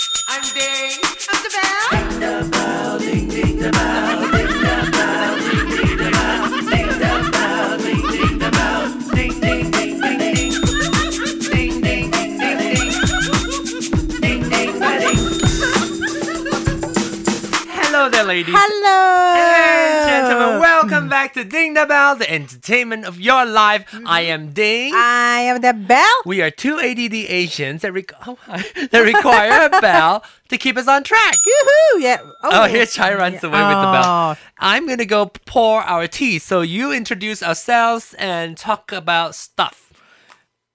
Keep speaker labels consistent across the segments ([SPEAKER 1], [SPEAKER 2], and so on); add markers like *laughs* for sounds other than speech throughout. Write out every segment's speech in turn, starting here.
[SPEAKER 1] sounding of the bell.
[SPEAKER 2] Hello there, ladies.
[SPEAKER 3] Hello,
[SPEAKER 2] And gentlemen, welcome back to Ding the Bell, the entertainment of your life. I am Ding.
[SPEAKER 3] Mm-hmm. I am the bell.
[SPEAKER 2] we are two ADD Asians that, requ- *laughs* oh, hi. that require a bell to keep us on track.
[SPEAKER 3] Yoo-hoo, yeah.
[SPEAKER 2] Oh, here Chai runs away with the
[SPEAKER 3] Oh.
[SPEAKER 2] bell. I'm gonna go pour our tea. So you introduce ourselves and talk about stuff.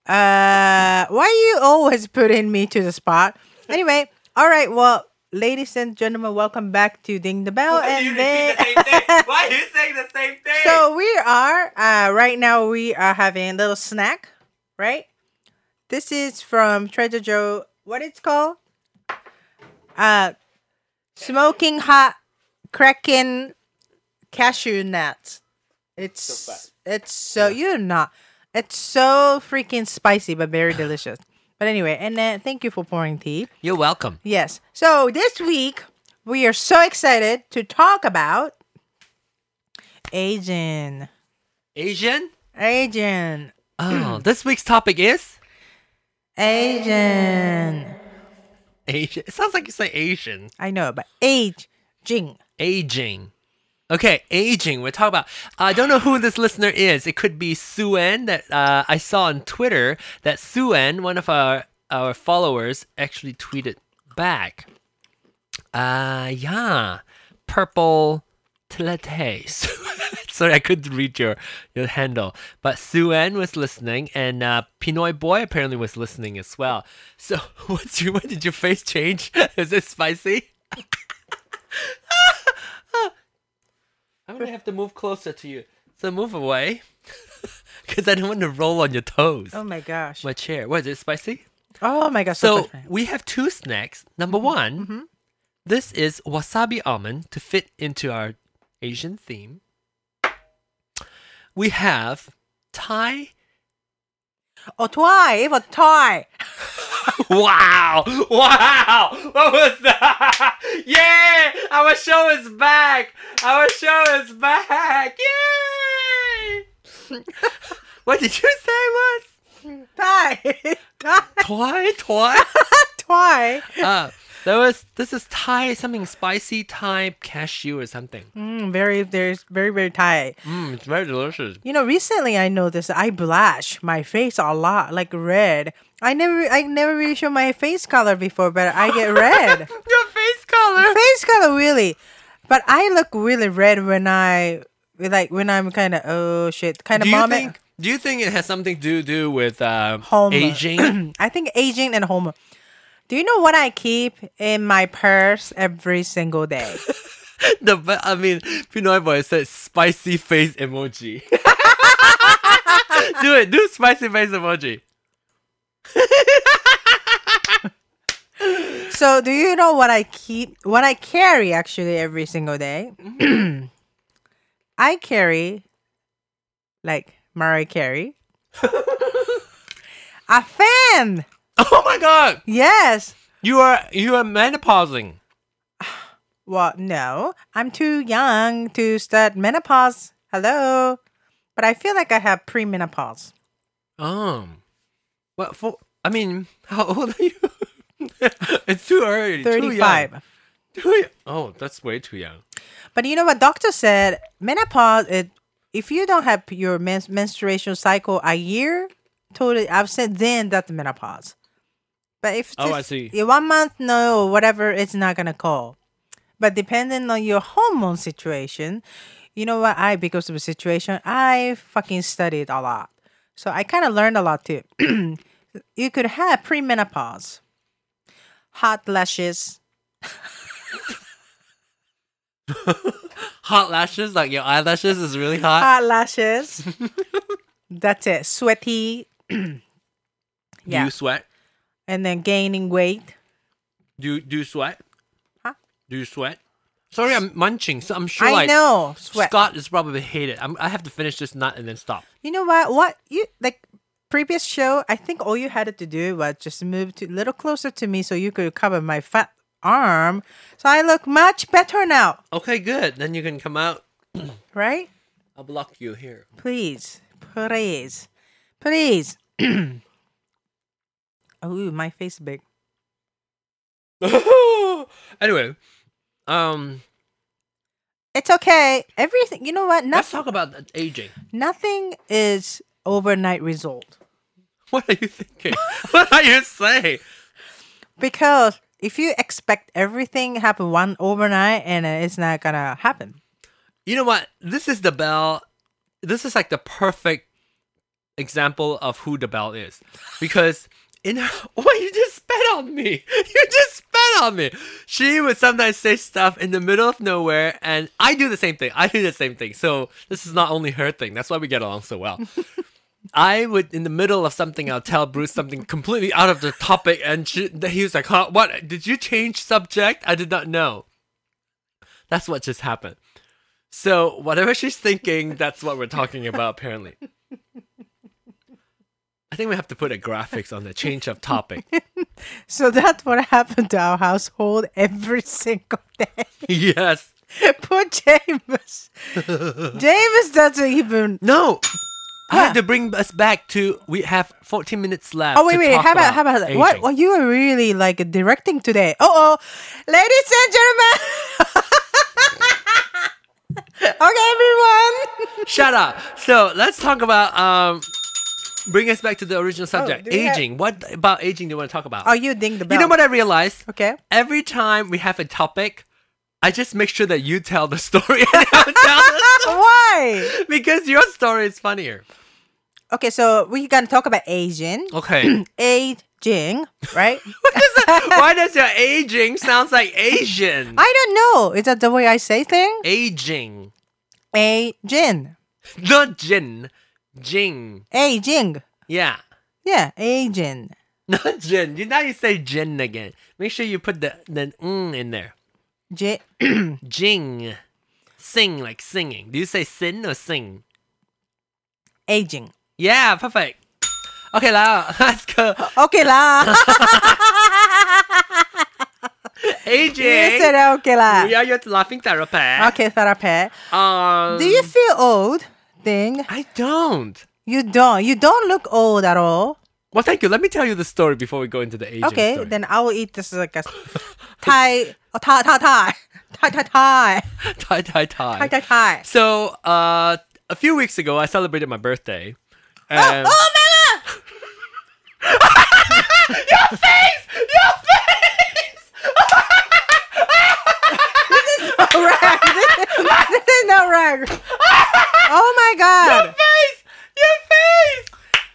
[SPEAKER 3] Uh, why you always putting me to the spot? Anyway, all right. Well, ladies and gentlemen, welcome back to Ding the Bell, and then *laughs*
[SPEAKER 2] Why are you saying the same thing?
[SPEAKER 3] so we are. Uh, right now we are having a little snack, right? This is from Treasure Joe. What it's called? Uh, smoking hot cracking cashew nuts. It's it's so you're not. It's so freaking spicy, but very delicious. But anyway, and then thank you for pouring tea.
[SPEAKER 2] you're welcome.
[SPEAKER 3] Yes. So this week we are so excited to talk about aging.
[SPEAKER 2] Asian.
[SPEAKER 3] Aging.
[SPEAKER 2] *clears throat* Oh, this week's topic is
[SPEAKER 3] Aging.
[SPEAKER 2] Asian. It sounds like you say Asian.
[SPEAKER 3] I know, but aging.
[SPEAKER 2] Aging. Okay, aging. We're talking about. I don't know who this listener is. It could be Suen that uh, I saw on Twitter that Suen, one of our our followers, actually tweeted back. Uh yeah, purple teletes. *laughs* Sorry, I couldn't read your your handle. But Suen was listening, and uh, Pinoy boy apparently was listening as well. So, *laughs* what's your? What did your face change? *laughs* Is it spicy? *laughs* I'm gonna have to move closer to you. So move away, *laughs* because I don't want to roll on your toes.
[SPEAKER 3] Oh my gosh.
[SPEAKER 2] My chair. What is it? Spicy?
[SPEAKER 3] Oh my gosh.
[SPEAKER 2] So
[SPEAKER 3] spicy.
[SPEAKER 2] we have two snacks. Number one, this is wasabi almond to fit into our Asian theme. We have Thai.
[SPEAKER 3] oh, toy for toy.
[SPEAKER 2] Wow! Wow! What was that? *laughs* Yeah! Our show is back! Our show is back! Yay! *laughs* what did you say was?
[SPEAKER 3] Toy. *laughs* toy.
[SPEAKER 2] Toy? Toy?
[SPEAKER 3] Toy.
[SPEAKER 2] uh, that was, this is Thai, something spicy Thai cashew or something.
[SPEAKER 3] Mm, very, there's very, very tight.
[SPEAKER 2] Mmm, it's very delicious.
[SPEAKER 3] You know, recently I noticed I blush my face a lot, like red. I never, I never really show my face color before, but I
[SPEAKER 2] *laughs*
[SPEAKER 3] get red.
[SPEAKER 2] *laughs* Your face color!
[SPEAKER 3] face color really, but I look really red when I, like when I'm kind of oh shit, kind of
[SPEAKER 2] Do you,
[SPEAKER 3] moment.
[SPEAKER 2] think, do you think it has something to do with um,
[SPEAKER 3] Home. *clears throat*
[SPEAKER 2] aging? *laughs*
[SPEAKER 3] I think aging and home. Do you know what I keep in my purse every
[SPEAKER 2] *laughs*
[SPEAKER 3] single day?
[SPEAKER 2] the be- I mean, Pinoy boy said spicy face emoji. *laughs* do it. Do spicy face emoji.
[SPEAKER 3] so do you know what I keep? What I carry actually every single day?
[SPEAKER 2] Mm-hmm.
[SPEAKER 3] *clears throat* I carry, like
[SPEAKER 2] *laughs*
[SPEAKER 3] Mariah Carey, a fan.
[SPEAKER 2] Oh my god!
[SPEAKER 3] Yes.
[SPEAKER 2] You are you are menopausing.
[SPEAKER 3] Well, no, I'm too young to start menopause. Hello. But I feel like I have premenopause.
[SPEAKER 2] Um, but for I mean, how old are you? *laughs* it's too early. Too young.
[SPEAKER 3] 35.
[SPEAKER 2] Too young. Oh, that's way too young.
[SPEAKER 3] But you know what doctor said? Menopause it if you don't have your men- menstruation cycle a year totally absent, then that's menopause. But if
[SPEAKER 2] Oh,
[SPEAKER 3] this-
[SPEAKER 2] I see.
[SPEAKER 3] yeah, one month no or whatever, it's not gonna call. But depending on your hormone situation, you know what I because of the situation, I fucking studied a lot. So I kind of learned a lot too. *clears throat* you could have premenopause, hot lashes,
[SPEAKER 2] Hot lashes, like your eyelashes, is really hot. *laughs*
[SPEAKER 3] hot lashes. That's it. Sweaty.
[SPEAKER 2] Do
[SPEAKER 3] yeah.
[SPEAKER 2] you sweat?
[SPEAKER 3] And then gaining weight.
[SPEAKER 2] Do you, do you sweat?
[SPEAKER 3] Huh?
[SPEAKER 2] Do you sweat? Sorry, I'm munching. So I'm sure
[SPEAKER 3] I
[SPEAKER 2] like
[SPEAKER 3] know. Sweat.
[SPEAKER 2] Scott is probably hated. I'm, I have to finish this nut and then stop.
[SPEAKER 3] You know what? What you like previous show, I think all you had to do was just move to a little closer to me so you could cover my fat arm. So I look much better now,
[SPEAKER 2] Okay, good. Then you can come out.
[SPEAKER 3] right?
[SPEAKER 2] I'll block you here. *laughs*
[SPEAKER 3] Please, please, please. *clears throat* Ooh, my face big.
[SPEAKER 2] anyway, um,
[SPEAKER 3] It's okay. Everything, you know what?
[SPEAKER 2] let's
[SPEAKER 3] Nothing,
[SPEAKER 2] talk about the aging.
[SPEAKER 3] nothing is overnight result.
[SPEAKER 2] *laughs* What are you thinking? *laughs* what are you saying?
[SPEAKER 3] Because if you expect everything happen one overnight and uh, it's not gonna happen.
[SPEAKER 2] You know what? This is the bell. This is like the perfect example of who the bell is, because in her, *laughs* what you just spat on me. *laughs* You just spat on me. She would sometimes say stuff in the middle of nowhere, and I do the same thing. I do the same thing. So this is not only her thing. That's why we get along so well. I would, in the middle of something, I'll tell Bruce something completely out of the topic, and she, he was like, "Huh? What? Did you change subject? I did not know." That's what just happened. So whatever she's thinking, that's what we're talking about. Apparently, I think we have to put a graphics on the change of *laughs* topic.
[SPEAKER 3] So *laughs* that's what happened to our household every *laughs* single day. *laughs*
[SPEAKER 2] yes.
[SPEAKER 3] Poor James. *laughs* James doesn't even.
[SPEAKER 2] No. I
[SPEAKER 3] Yeah.
[SPEAKER 2] had to bring us back to. We have 14 minutes left.
[SPEAKER 3] Oh wait,
[SPEAKER 2] to
[SPEAKER 3] wait.
[SPEAKER 2] talk
[SPEAKER 3] How about how about
[SPEAKER 2] aging.
[SPEAKER 3] what? Well, you were really like directing today. Oh, oh, ladies and
[SPEAKER 2] *laughs*
[SPEAKER 3] *laughs* gentlemen. okay, everyone.
[SPEAKER 2] Shut up. So let's talk about um. Bring us back to the original subject.
[SPEAKER 3] Oh, do we have-
[SPEAKER 2] aging. What about aging do you want to talk about?
[SPEAKER 3] Oh, you ding the bell.
[SPEAKER 2] You know what I realized?
[SPEAKER 3] Okay.
[SPEAKER 2] Every time we have a topic, I just make sure that you tell the story *laughs* and I'll tell
[SPEAKER 3] *laughs*
[SPEAKER 2] the story
[SPEAKER 3] Why?
[SPEAKER 2] *laughs* because your story is funnier.
[SPEAKER 3] Okay, so we're gonna talk about Asian
[SPEAKER 2] Okay.
[SPEAKER 3] aging, right?
[SPEAKER 2] *clears throat*
[SPEAKER 3] uh,
[SPEAKER 2] Why does your aging sounds like Asian?
[SPEAKER 3] I don't know. Is that the way I say thing?
[SPEAKER 2] aging.
[SPEAKER 3] Aging,
[SPEAKER 2] Not Jin. Jing.
[SPEAKER 3] aging.
[SPEAKER 2] Yeah. *laughs*
[SPEAKER 3] Yeah, aging.
[SPEAKER 2] Not Jin. You now you say Jin again. Make sure you put the the mm in there.
[SPEAKER 3] J- *clears throat*
[SPEAKER 2] Jing. Sing like singing. Do you say sin or sing?
[SPEAKER 3] aging.
[SPEAKER 2] Yeah, perfect. Okay, now *laughs* let's go.
[SPEAKER 3] Okay lah.
[SPEAKER 2] Aging.
[SPEAKER 3] *laughs* you said okay lah.
[SPEAKER 2] We are your laughing therapist.
[SPEAKER 3] Okay, therapy.
[SPEAKER 2] Um,
[SPEAKER 3] Do you feel old? Thing
[SPEAKER 2] I don't.
[SPEAKER 3] you don't. You don't look old at all.
[SPEAKER 2] Well, thank you. Let me tell you the story before we go into the aging
[SPEAKER 3] Okay,
[SPEAKER 2] story.
[SPEAKER 3] then I will eat this like a *laughs* Thai, oh, Thai, Thai, Thai, Thai, Thai, Thai,
[SPEAKER 2] tie, tie, tie.
[SPEAKER 3] Thai, Thai, Thai.
[SPEAKER 2] So, uh, a few weeks ago, I celebrated my *laughs* birthday. And
[SPEAKER 3] Oh my *laughs* god! *laughs* Your face! Your face! this is not right. This, is not right. Oh my god!
[SPEAKER 2] face! Your face!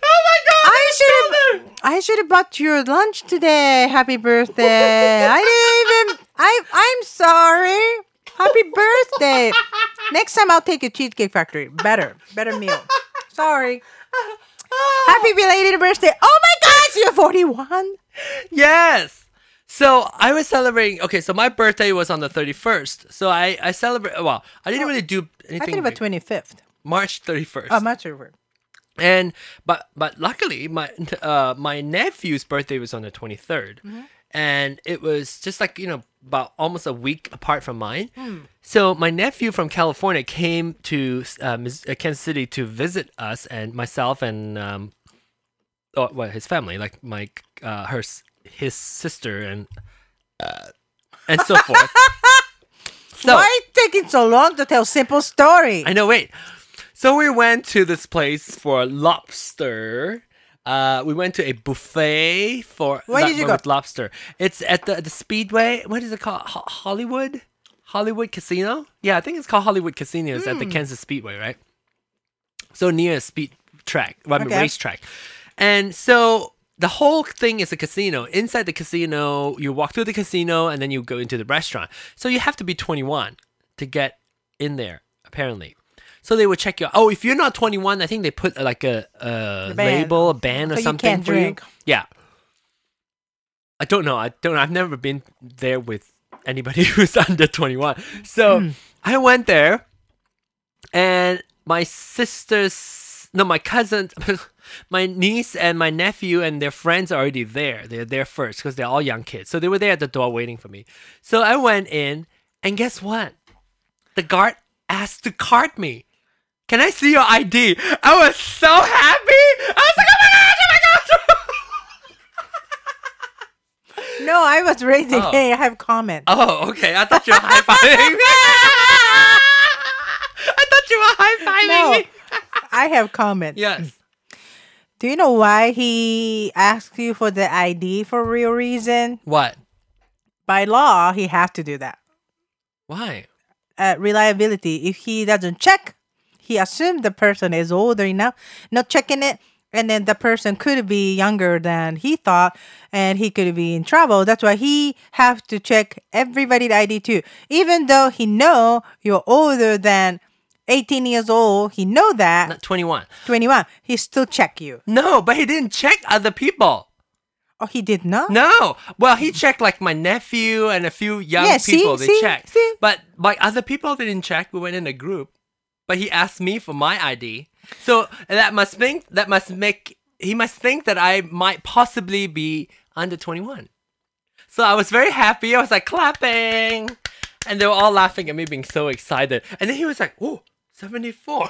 [SPEAKER 2] Oh my god!
[SPEAKER 3] I should have. I should have bought your lunch today. Happy birthday! I didn't even. I. I'm sorry. Happy birthday. Next time I'll take a cheesecake factory. Better. Better meal. Sorry. Happy belated birthday. Oh my gosh, you're 41.
[SPEAKER 2] Yes! So I was celebrating. Okay, so my birthday was on the 31st. So I, I celebrate. Well, I didn't really do anything.
[SPEAKER 3] I think about 25th.
[SPEAKER 2] March 31st.
[SPEAKER 3] Oh, much over.
[SPEAKER 2] and but but luckily my uh my nephew's birthday was on the 23rd and it was just like you know about almost a week apart from mine so my nephew from california came to uh, Mis- uh, kansas city to visit us and myself and um oh, well his family like my uh her s- his sister and uh, and so forth so
[SPEAKER 3] Why it taking so long to tell simple story?
[SPEAKER 2] I know. Wait. So we went to this place for lobster. Uh, we went to a buffet for
[SPEAKER 3] Where
[SPEAKER 2] lo-
[SPEAKER 3] did you
[SPEAKER 2] with
[SPEAKER 3] go?
[SPEAKER 2] lobster. It's at the the Speedway. What is it called? Ho- Hollywood, Hollywood Casino. Yeah, I think it's called Hollywood Casino. It's
[SPEAKER 3] Hmm.
[SPEAKER 2] at the Kansas Speedway, right? So near a speed track, well, I mean,
[SPEAKER 3] Okay.
[SPEAKER 2] racetrack, and so the whole thing is a casino. Inside the casino, you walk through the casino, and then you go into the restaurant. So you have to be 21 to get in there, apparently. So they would check you. out. Oh, if you're not 21, I think they put uh, like a, a
[SPEAKER 3] The ban.
[SPEAKER 2] label, a ban or
[SPEAKER 3] So you
[SPEAKER 2] something
[SPEAKER 3] can't
[SPEAKER 2] for
[SPEAKER 3] drink.
[SPEAKER 2] you. Yeah. I don't know. I don't. know. I've never been there with anybody *laughs* who's under 21. So
[SPEAKER 3] Hmm.
[SPEAKER 2] I went there, and my sister's no, my cousin, *laughs* my niece and my nephew and their friends are already there. They're there first because they're all young kids. So they were there at the door waiting for me. So I went in, and guess what? The guard asked to card me. Can I see your ID? I was so happy. I was like, oh my gosh, oh my gosh. *laughs*
[SPEAKER 3] No, I was raising.
[SPEAKER 2] Oh.
[SPEAKER 3] Hey, *laughs* I have comment.
[SPEAKER 2] Oh, okay. I thought you were high fiving. I thought you were high fiving.
[SPEAKER 3] no,
[SPEAKER 2] me.
[SPEAKER 3] I have comment.
[SPEAKER 2] Yes.
[SPEAKER 3] Do you know why he asked you for the ID for real reason?
[SPEAKER 2] What?
[SPEAKER 3] By law, he has to do that.
[SPEAKER 2] Why?
[SPEAKER 3] Uh, reliability. If he doesn't check, he assumes the person is older enough, not checking it, and then the person could be younger than he thought, and he could be in trouble. That's why he have to check everybody's ID too, even though he know you're older than 18 years old. He know that
[SPEAKER 2] Not 21.
[SPEAKER 3] 21. He still check you.
[SPEAKER 2] No, but he didn't check other people.
[SPEAKER 3] Oh, he did not.
[SPEAKER 2] No. Well, he checked like my nephew and a few young
[SPEAKER 3] Yeah, see,
[SPEAKER 2] people. they
[SPEAKER 3] see,
[SPEAKER 2] checked.
[SPEAKER 3] see.
[SPEAKER 2] But like other people didn't check. We went in a group. But he asked me for my ID. So that must think that must make he must think that I might possibly be under 21. So I was very happy. I was like clapping. And they were all laughing at me being so excited. And then he was like, "Oh, 74."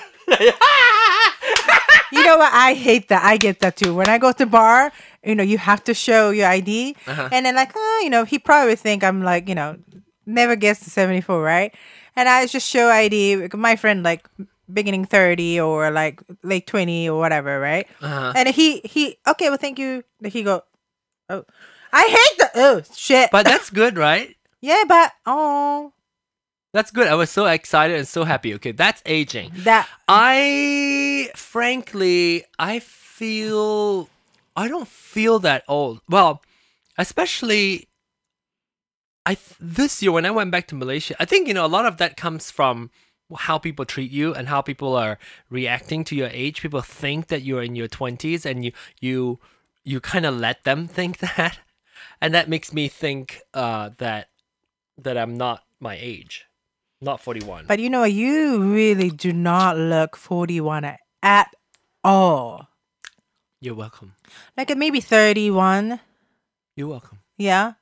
[SPEAKER 3] You know what? I hate that. I get that too. When I go to bar, you know, you have to show your ID,
[SPEAKER 2] Uh-huh.
[SPEAKER 3] and then like, oh, you know, he probably think I'm like, you know, never gets to seventy four, right? And I just show ID. like, My friend like beginning thirty or like late twenty or whatever, right?
[SPEAKER 2] Uh-huh.
[SPEAKER 3] And he he okay, well, thank you. Like, He go, oh, I hate the oh shit.
[SPEAKER 2] *laughs* But that's good, right?
[SPEAKER 3] yeah, but oh
[SPEAKER 2] That's good. I was so excited and so happy. Okay, that's aging.
[SPEAKER 3] that
[SPEAKER 2] I frankly, I feel I don't feel that old. Well, especially I th- this year when I went back to Malaysia, I think you know a lot of that comes from how people treat you and how people are reacting to your age. People think that you're in your 20s and you you you kind of let them *laughs* think that. And that makes me think uh that that I'm not my age. Not 41.
[SPEAKER 3] But you know, you really do not look 41 a- at all.
[SPEAKER 2] You're welcome.
[SPEAKER 3] Like uh, maybe 31.
[SPEAKER 2] You're welcome.
[SPEAKER 3] Yeah.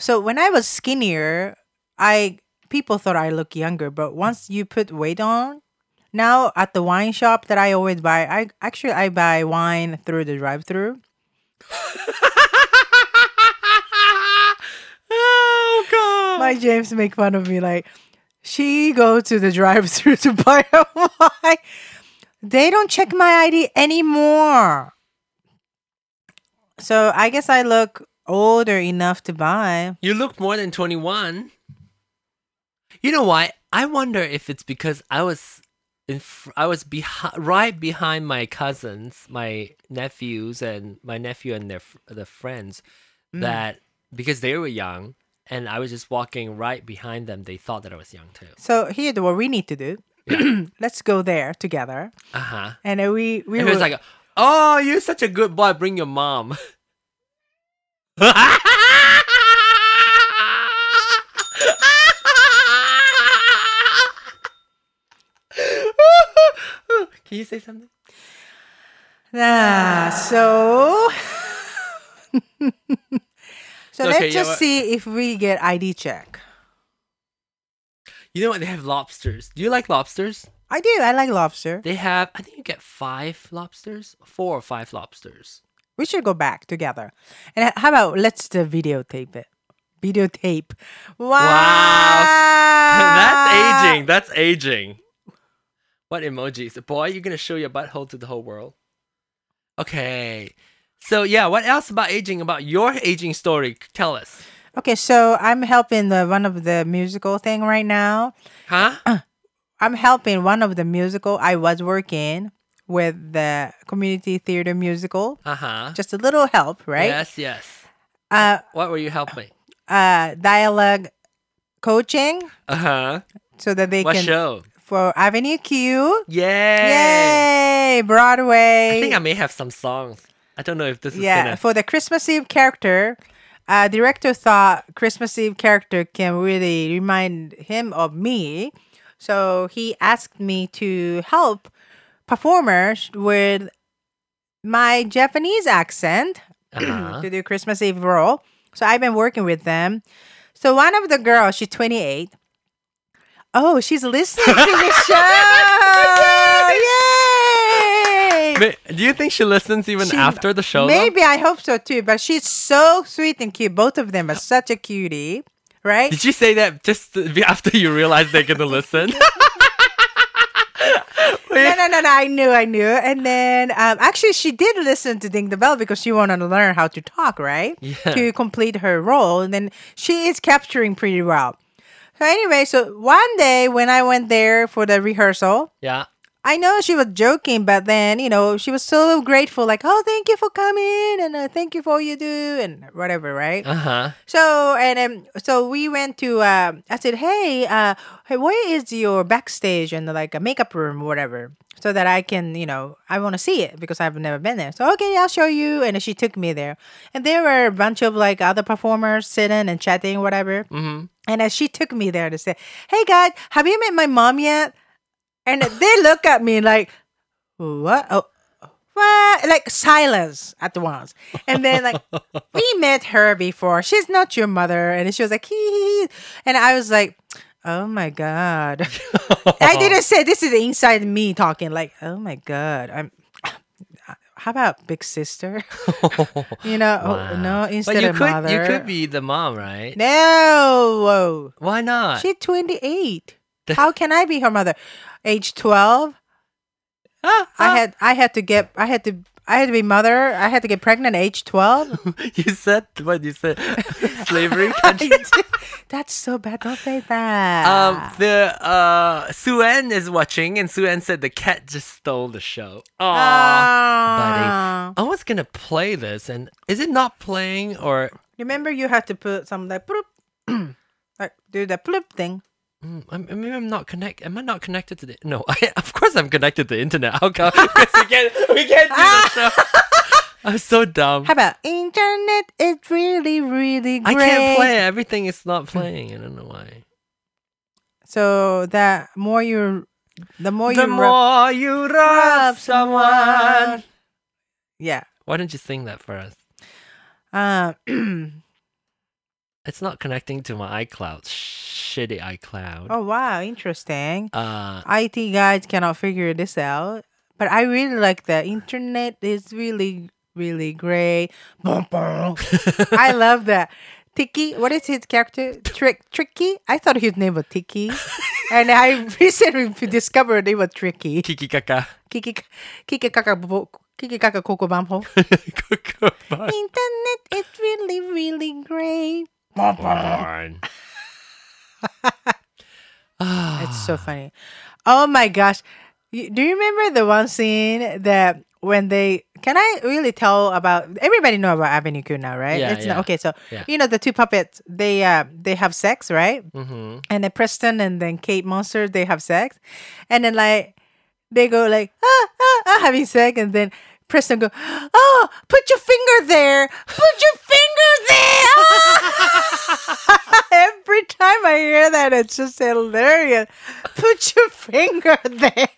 [SPEAKER 3] So when I was skinnier, I people thought I look younger, but once you put weight on, now at the wine shop that I always buy, I actually I buy wine through the drive-through.
[SPEAKER 2] oh god.
[SPEAKER 3] My James make fun of me like she go to the drive-through to *laughs* buy a wine. They don't check my ID anymore. So I guess I look older enough to buy.
[SPEAKER 2] you look more than 21. You know why? I wonder if it's because I was in fr- I was behi- right behind my cousins, my nephews and my nephew and their f- the friends that because they were young and I was just walking right behind them, they thought that I was young too.
[SPEAKER 3] So here's what we need to do. *clears throat* Let's go there together.
[SPEAKER 2] Uh-huh.
[SPEAKER 3] And then we we
[SPEAKER 2] And it was
[SPEAKER 3] will-
[SPEAKER 2] like, "Oh, you're such a good boy. Bring your mom." *laughs* Can you say something?
[SPEAKER 3] Ah, so *laughs* So
[SPEAKER 2] Okay, yeah,
[SPEAKER 3] let's just
[SPEAKER 2] what-
[SPEAKER 3] see if we get ID check.
[SPEAKER 2] You know what? They have lobsters. Do you like lobsters?
[SPEAKER 3] I do. I like lobster.
[SPEAKER 2] They have. I think you get five lobsters, four or five lobsters.
[SPEAKER 3] We should go back together. And h- how about let's the videotape it? Videotape. Wow.
[SPEAKER 2] *laughs* That's
[SPEAKER 3] Ah.
[SPEAKER 2] aging. That's aging. What emojis? Boy, you're gonna show your butthole to the whole world. Okay. So yeah, what else about aging? About your aging story? Tell us.
[SPEAKER 3] Okay, so I'm helping the one of the musical thing right now.
[SPEAKER 2] Huh?
[SPEAKER 3] Uh, I'm helping one of the musical I was working with the community theater musical.
[SPEAKER 2] Uh huh.
[SPEAKER 3] Just a little help, right?
[SPEAKER 2] Yes, yes.
[SPEAKER 3] Uh
[SPEAKER 2] What were you helping?
[SPEAKER 3] uh dialogue coaching
[SPEAKER 2] Uh
[SPEAKER 3] uh-huh.
[SPEAKER 2] huh.
[SPEAKER 3] so that they
[SPEAKER 2] What
[SPEAKER 3] can
[SPEAKER 2] show?
[SPEAKER 3] for Avenue Q.
[SPEAKER 2] Yay!
[SPEAKER 3] Yay, Broadway.
[SPEAKER 2] I think I may have some songs. I don't know if this is
[SPEAKER 3] yeah
[SPEAKER 2] gonna.
[SPEAKER 3] for the christmas eve character uh director thought christmas eve character can really remind him of me so he asked me to help performer with my Japanese accent *laughs*
[SPEAKER 2] Uh-huh.
[SPEAKER 3] to do Christmas Eve role. So I've been working with them. So one of the girls, she's 28. Oh, she's listening to
[SPEAKER 2] *laughs*
[SPEAKER 3] the show. Yay!
[SPEAKER 2] Ma- Do you think she listens even
[SPEAKER 3] She-
[SPEAKER 2] after the show? though?
[SPEAKER 3] Maybe I hope so too, but she's so sweet and cute. Both of them are such a cutie, right?
[SPEAKER 2] Did you say that just *laughs* to be- after you realized they're gonna
[SPEAKER 3] *laughs*
[SPEAKER 2] listen?
[SPEAKER 3] no, no, no, no. I knew, I knew. And then um, actually, she did listen to Ding the Bell because she wanted to learn how to talk, right?
[SPEAKER 2] Yeah.
[SPEAKER 3] To complete her role. And then she is capturing pretty well. So, anyway, so one day when I went there for the rehearsal,
[SPEAKER 2] yeah.
[SPEAKER 3] I know she was joking, but then, you know, she was so grateful, like, oh, thank you for coming and uh, thank you for all you do and whatever, right?
[SPEAKER 2] Uh huh.
[SPEAKER 3] So and um, so we went to. Um, I said, "Hey, uh, hey, where is your backstage and like a makeup room, or whatever, so that I can, you know, I want to see it because I've never been there." So okay, I'll show you. And she took me there, and there were a bunch of like other performers sitting and chatting, whatever.
[SPEAKER 2] Mhm.
[SPEAKER 3] And uh, she took me there to say, "Hey, guys, have you met my mom yet?" And they look at me like, "What?" Oh, what? Like silence at once. And
[SPEAKER 2] *laughs*
[SPEAKER 3] then like we met her before. She's not your mother. And she was like, hee hee hee. And I was like, oh my God. *laughs*
[SPEAKER 2] Uh-huh. *laughs*
[SPEAKER 3] I didn't say this is inside me talking, like, oh my God. I'm *sniffs* how about big sister? *laughs* you know, oh, no, instead
[SPEAKER 2] but you
[SPEAKER 3] of
[SPEAKER 2] could
[SPEAKER 3] mother.
[SPEAKER 2] you could be the mom, right?
[SPEAKER 3] No. Whoa.
[SPEAKER 2] Why not? *laughs*
[SPEAKER 3] She's 28. How can I be her mother? Age 12?
[SPEAKER 2] Ah, ah.
[SPEAKER 3] I had I had to get I had to I had to be mother. I had to get pregnant at age 12.
[SPEAKER 2] *laughs* you said what you said. *laughs*
[SPEAKER 3] *laughs*
[SPEAKER 2] Slavery country.
[SPEAKER 3] That's so bad. Don't say that.
[SPEAKER 2] Um, the uh, Sue Ann is watching, and Sue Ann said the cat just stole the show.
[SPEAKER 3] Uh.
[SPEAKER 2] Aww.
[SPEAKER 3] Ah.
[SPEAKER 2] I was gonna play this, and is it not playing or?
[SPEAKER 3] Remember, you had to put some like bloop, *clears throat* like do the bloop thing.
[SPEAKER 2] Mm, I'm, I mean, I'm not connect. Am I not connected to the? No, *laughs* I, of course I'm connected to the internet. How come? *laughs* 'Cause we can't. We can't do the
[SPEAKER 3] Ah.
[SPEAKER 2] show. *laughs* I'm so dumb.
[SPEAKER 3] How about internet is really, really
[SPEAKER 2] I
[SPEAKER 3] great.
[SPEAKER 2] can't play. it. Everything is not playing. I don't know why.
[SPEAKER 3] So the more you, the more
[SPEAKER 2] the
[SPEAKER 3] you rub-
[SPEAKER 2] more you rub someone.
[SPEAKER 3] Yeah.
[SPEAKER 2] Why don't you sing that for us?
[SPEAKER 3] Uh, *clears throat*
[SPEAKER 2] It's not connecting to my iCloud. Shitty iCloud.
[SPEAKER 3] oh wow, interesting.
[SPEAKER 2] Uh,
[SPEAKER 3] IT guys cannot figure this out, but I really like the internet is really, really great. Boom, boom. I love that. Tiki, what is his character? Trick, Tricky? I thought his name was Tiki. and I *laughs* recently discovered it was Tricky.
[SPEAKER 2] Kiki Kaka.
[SPEAKER 3] Kiki, Kiki Kaka, bo- Kiki Kaka Koko Bampo.
[SPEAKER 2] Goodbye.
[SPEAKER 3] Internet is really, really great.
[SPEAKER 2] *sighs* Born.
[SPEAKER 3] It's so funny. Oh my gosh. You- Do you remember the one scene that when they can I really tell about everybody know about Avenue Q now, right?
[SPEAKER 2] Yeah,
[SPEAKER 3] not-
[SPEAKER 2] yeah.
[SPEAKER 3] okay, so
[SPEAKER 2] Yeah.
[SPEAKER 3] you know the two puppets, they uh they have sex, right?
[SPEAKER 2] hmm
[SPEAKER 3] and then Preston and then Kate Monster they have sex, and then like they go like ah ah, ah having sex, and then Preston go oh put your finger there, put your finger there. Ah! *laughs* Every time I hear that, it's just hilarious. Put your finger there.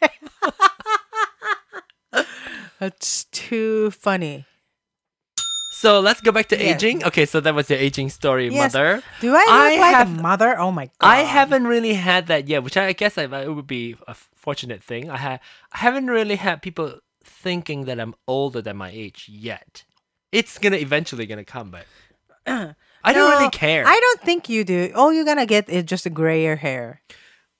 [SPEAKER 3] *laughs* That's too funny.
[SPEAKER 2] So let's go back to
[SPEAKER 3] Yes.
[SPEAKER 2] aging. Okay, so that was your aging story,
[SPEAKER 3] Yes.
[SPEAKER 2] mother.
[SPEAKER 3] Do I look
[SPEAKER 2] I
[SPEAKER 3] like
[SPEAKER 2] have-
[SPEAKER 3] a mother? Oh my god!
[SPEAKER 2] I haven't really had that yet, which I guess I, it would be a fortunate thing. I ha- I haven't really had people thinking that I'm older than my age yet. It's gonna eventually gonna come,
[SPEAKER 3] *clears throat*
[SPEAKER 2] but I don't
[SPEAKER 3] No,
[SPEAKER 2] really care.
[SPEAKER 3] I don't think you do. All you're gonna get is just grayer hair.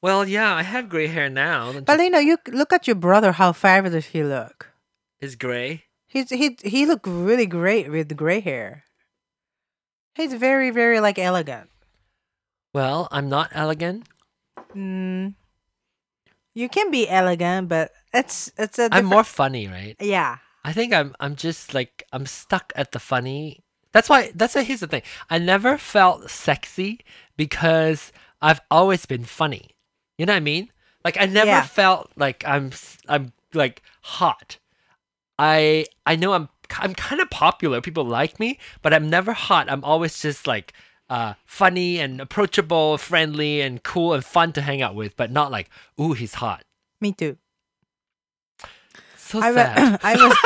[SPEAKER 2] well, yeah, I have gray hair now. don't
[SPEAKER 3] But
[SPEAKER 2] you-
[SPEAKER 3] you know, you c- look at your brother. How fabulous he look.
[SPEAKER 2] it's gray.
[SPEAKER 3] He's he he look really great with gray hair. He's very very like elegant.
[SPEAKER 2] Well, I'm not elegant.
[SPEAKER 3] Mm. You can be elegant, but it's it's a.
[SPEAKER 2] I'm
[SPEAKER 3] different-
[SPEAKER 2] more funny, right?
[SPEAKER 3] Yeah.
[SPEAKER 2] I think I'm I'm just like I'm stuck at the funny. That's why that's why here's the thing. I never felt sexy because I've always been funny. You know what I mean? Like I never
[SPEAKER 3] Yeah.
[SPEAKER 2] felt like I'm s- I'm like hot. I I know I'm I'm kind of popular. People like me, but I'm never hot. I'm always just like uh, funny and approachable, friendly and cool and fun to hang out with, but not like, ooh, he's hot.
[SPEAKER 3] Me too.
[SPEAKER 2] So
[SPEAKER 3] I *clears throat*
[SPEAKER 2] sad.
[SPEAKER 3] was, *laughs* I was,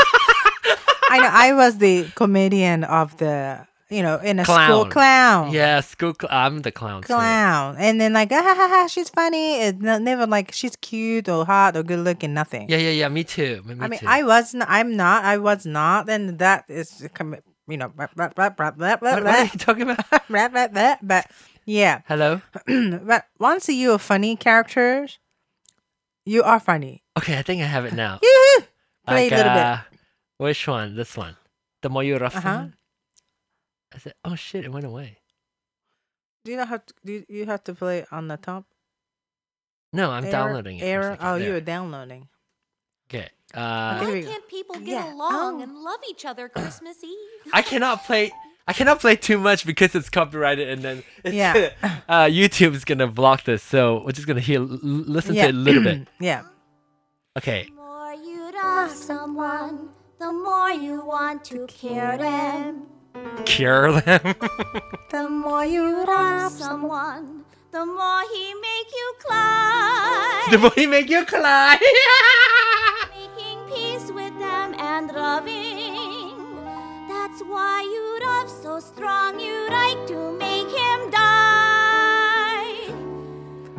[SPEAKER 3] I know, I was the comedian of the, you know, in a school
[SPEAKER 2] Clown.
[SPEAKER 3] clown.
[SPEAKER 2] yeah, school. Cl- I'm the clown. too.
[SPEAKER 3] Clown. And then, like, ah, ha, ha, ha, she's funny. It's not, never like she's cute or hot or good looking, nothing.
[SPEAKER 2] Yeah, yeah, yeah. Me too. Me
[SPEAKER 3] I mean,
[SPEAKER 2] too.
[SPEAKER 3] I was not, I'm not, I was not. And that is, com- you know, blah, blah, blah, blah, blah, blah,
[SPEAKER 2] What, what are
[SPEAKER 3] blah,
[SPEAKER 2] you talking about? *laughs*
[SPEAKER 3] *laughs* blah, blah, blah. But yeah. *clears throat*
[SPEAKER 2] Hello.
[SPEAKER 3] but once you're a funny character, you are funny.
[SPEAKER 2] Okay, I think I have it
[SPEAKER 3] *laughs*
[SPEAKER 2] now.
[SPEAKER 3] Yoo-hoo! Play a little bit.
[SPEAKER 2] bit. Which one? This one. The Moyurov.
[SPEAKER 3] Uh-huh.
[SPEAKER 2] uh I said, oh shit, it went away.
[SPEAKER 3] Do you know how to, do you, you have to play on the top?
[SPEAKER 2] No, I'm
[SPEAKER 3] Error-
[SPEAKER 2] downloading it. for a
[SPEAKER 3] Error.
[SPEAKER 2] second.
[SPEAKER 3] Oh,
[SPEAKER 2] There.
[SPEAKER 3] you were downloading.
[SPEAKER 2] Okay.
[SPEAKER 3] Okay.
[SPEAKER 2] Uh,
[SPEAKER 3] Here we
[SPEAKER 4] Why
[SPEAKER 3] go.
[SPEAKER 4] can't people get
[SPEAKER 3] Yeah.
[SPEAKER 4] along
[SPEAKER 3] Oh.
[SPEAKER 4] and love each
[SPEAKER 5] *clears throat*
[SPEAKER 4] other Christmas Eve?
[SPEAKER 2] I cannot play. I cannot play too much because it's copyrighted, and then it's
[SPEAKER 3] Yeah.
[SPEAKER 2] gonna- uh, YouTube's gonna block this. So we're just gonna hear, l- listen to it a little
[SPEAKER 3] *clears throat*
[SPEAKER 2] bit.
[SPEAKER 3] yeah.
[SPEAKER 2] Okay.
[SPEAKER 5] The more you love someone, the more you want to cure them.
[SPEAKER 2] Cure them. *laughs*
[SPEAKER 5] The more you love someone, the more he make you cry.
[SPEAKER 2] the boy make you cry. *laughs*
[SPEAKER 5] Making peace with them and loving. That's why you love so strong. You like to make him die.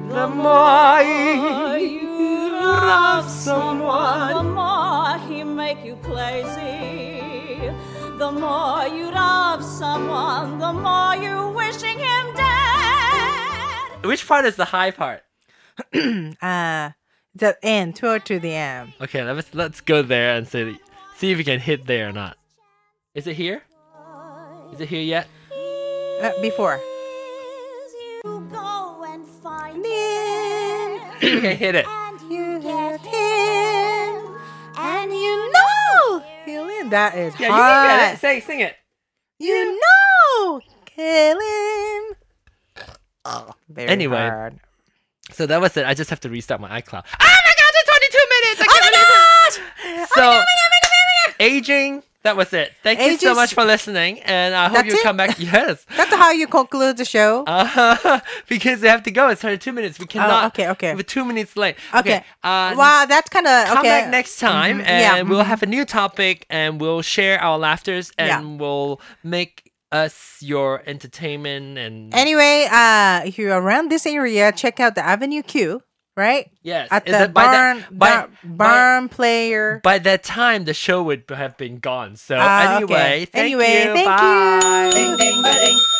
[SPEAKER 2] the more you
[SPEAKER 5] *laughs*
[SPEAKER 2] love someone.
[SPEAKER 5] The more he make you crazy, the more you love someone, the more you wishing him dead.
[SPEAKER 2] Which part is the high part?
[SPEAKER 3] Uh, the end, toward to the end.
[SPEAKER 2] Okay, let's let's go there and see see if we can hit there or not. Is it here? Is it here yet? *clears throat*
[SPEAKER 3] Uh, before.
[SPEAKER 5] Is you go and find
[SPEAKER 2] we
[SPEAKER 5] him,
[SPEAKER 2] can hit it.
[SPEAKER 5] and
[SPEAKER 3] *laughs*
[SPEAKER 5] you get him, and you know
[SPEAKER 3] Killing, that is
[SPEAKER 2] Yeah, you can get
[SPEAKER 3] hard.
[SPEAKER 2] it. Sing, sing it.
[SPEAKER 3] You know, killing. Very
[SPEAKER 2] Anyway.
[SPEAKER 3] hard.
[SPEAKER 2] So that was it. I just have to restart my iCloud. Oh my god, it's 22 minutes.
[SPEAKER 3] Oh
[SPEAKER 2] I can't believe it. So aging. That was it. Thank you so
[SPEAKER 3] Ages-
[SPEAKER 2] much for listening, and I hope
[SPEAKER 3] That's
[SPEAKER 2] you
[SPEAKER 3] it?
[SPEAKER 2] come back. *laughs* Yes,
[SPEAKER 3] That's how you conclude the show.
[SPEAKER 2] uh, *laughs* because we have to go. It's 22 minutes. We cannot.
[SPEAKER 3] Oh, okay, okay.
[SPEAKER 2] We're two minutes late.
[SPEAKER 3] okay.
[SPEAKER 2] uh,
[SPEAKER 3] wow, that's kind of okay.
[SPEAKER 2] come back next time
[SPEAKER 3] Mhm,
[SPEAKER 2] and
[SPEAKER 3] yeah,
[SPEAKER 2] we'll
[SPEAKER 3] mhm.
[SPEAKER 2] have a new topic and we'll share our laughters and
[SPEAKER 3] Yeah.
[SPEAKER 2] we'll make us your entertainment and
[SPEAKER 3] Anyway, uh, if you're around this area, check out the Avenue Q, right?
[SPEAKER 2] yes
[SPEAKER 3] At the
[SPEAKER 2] and then by
[SPEAKER 3] barn,
[SPEAKER 2] that, by,
[SPEAKER 3] bar- barn player.
[SPEAKER 2] by, by that time the show would have been gone so
[SPEAKER 3] Ah,
[SPEAKER 2] anyway
[SPEAKER 3] okay.
[SPEAKER 2] thank
[SPEAKER 3] Anyway,
[SPEAKER 2] you
[SPEAKER 3] thank you.
[SPEAKER 2] bye Ding, ding, ba, ding.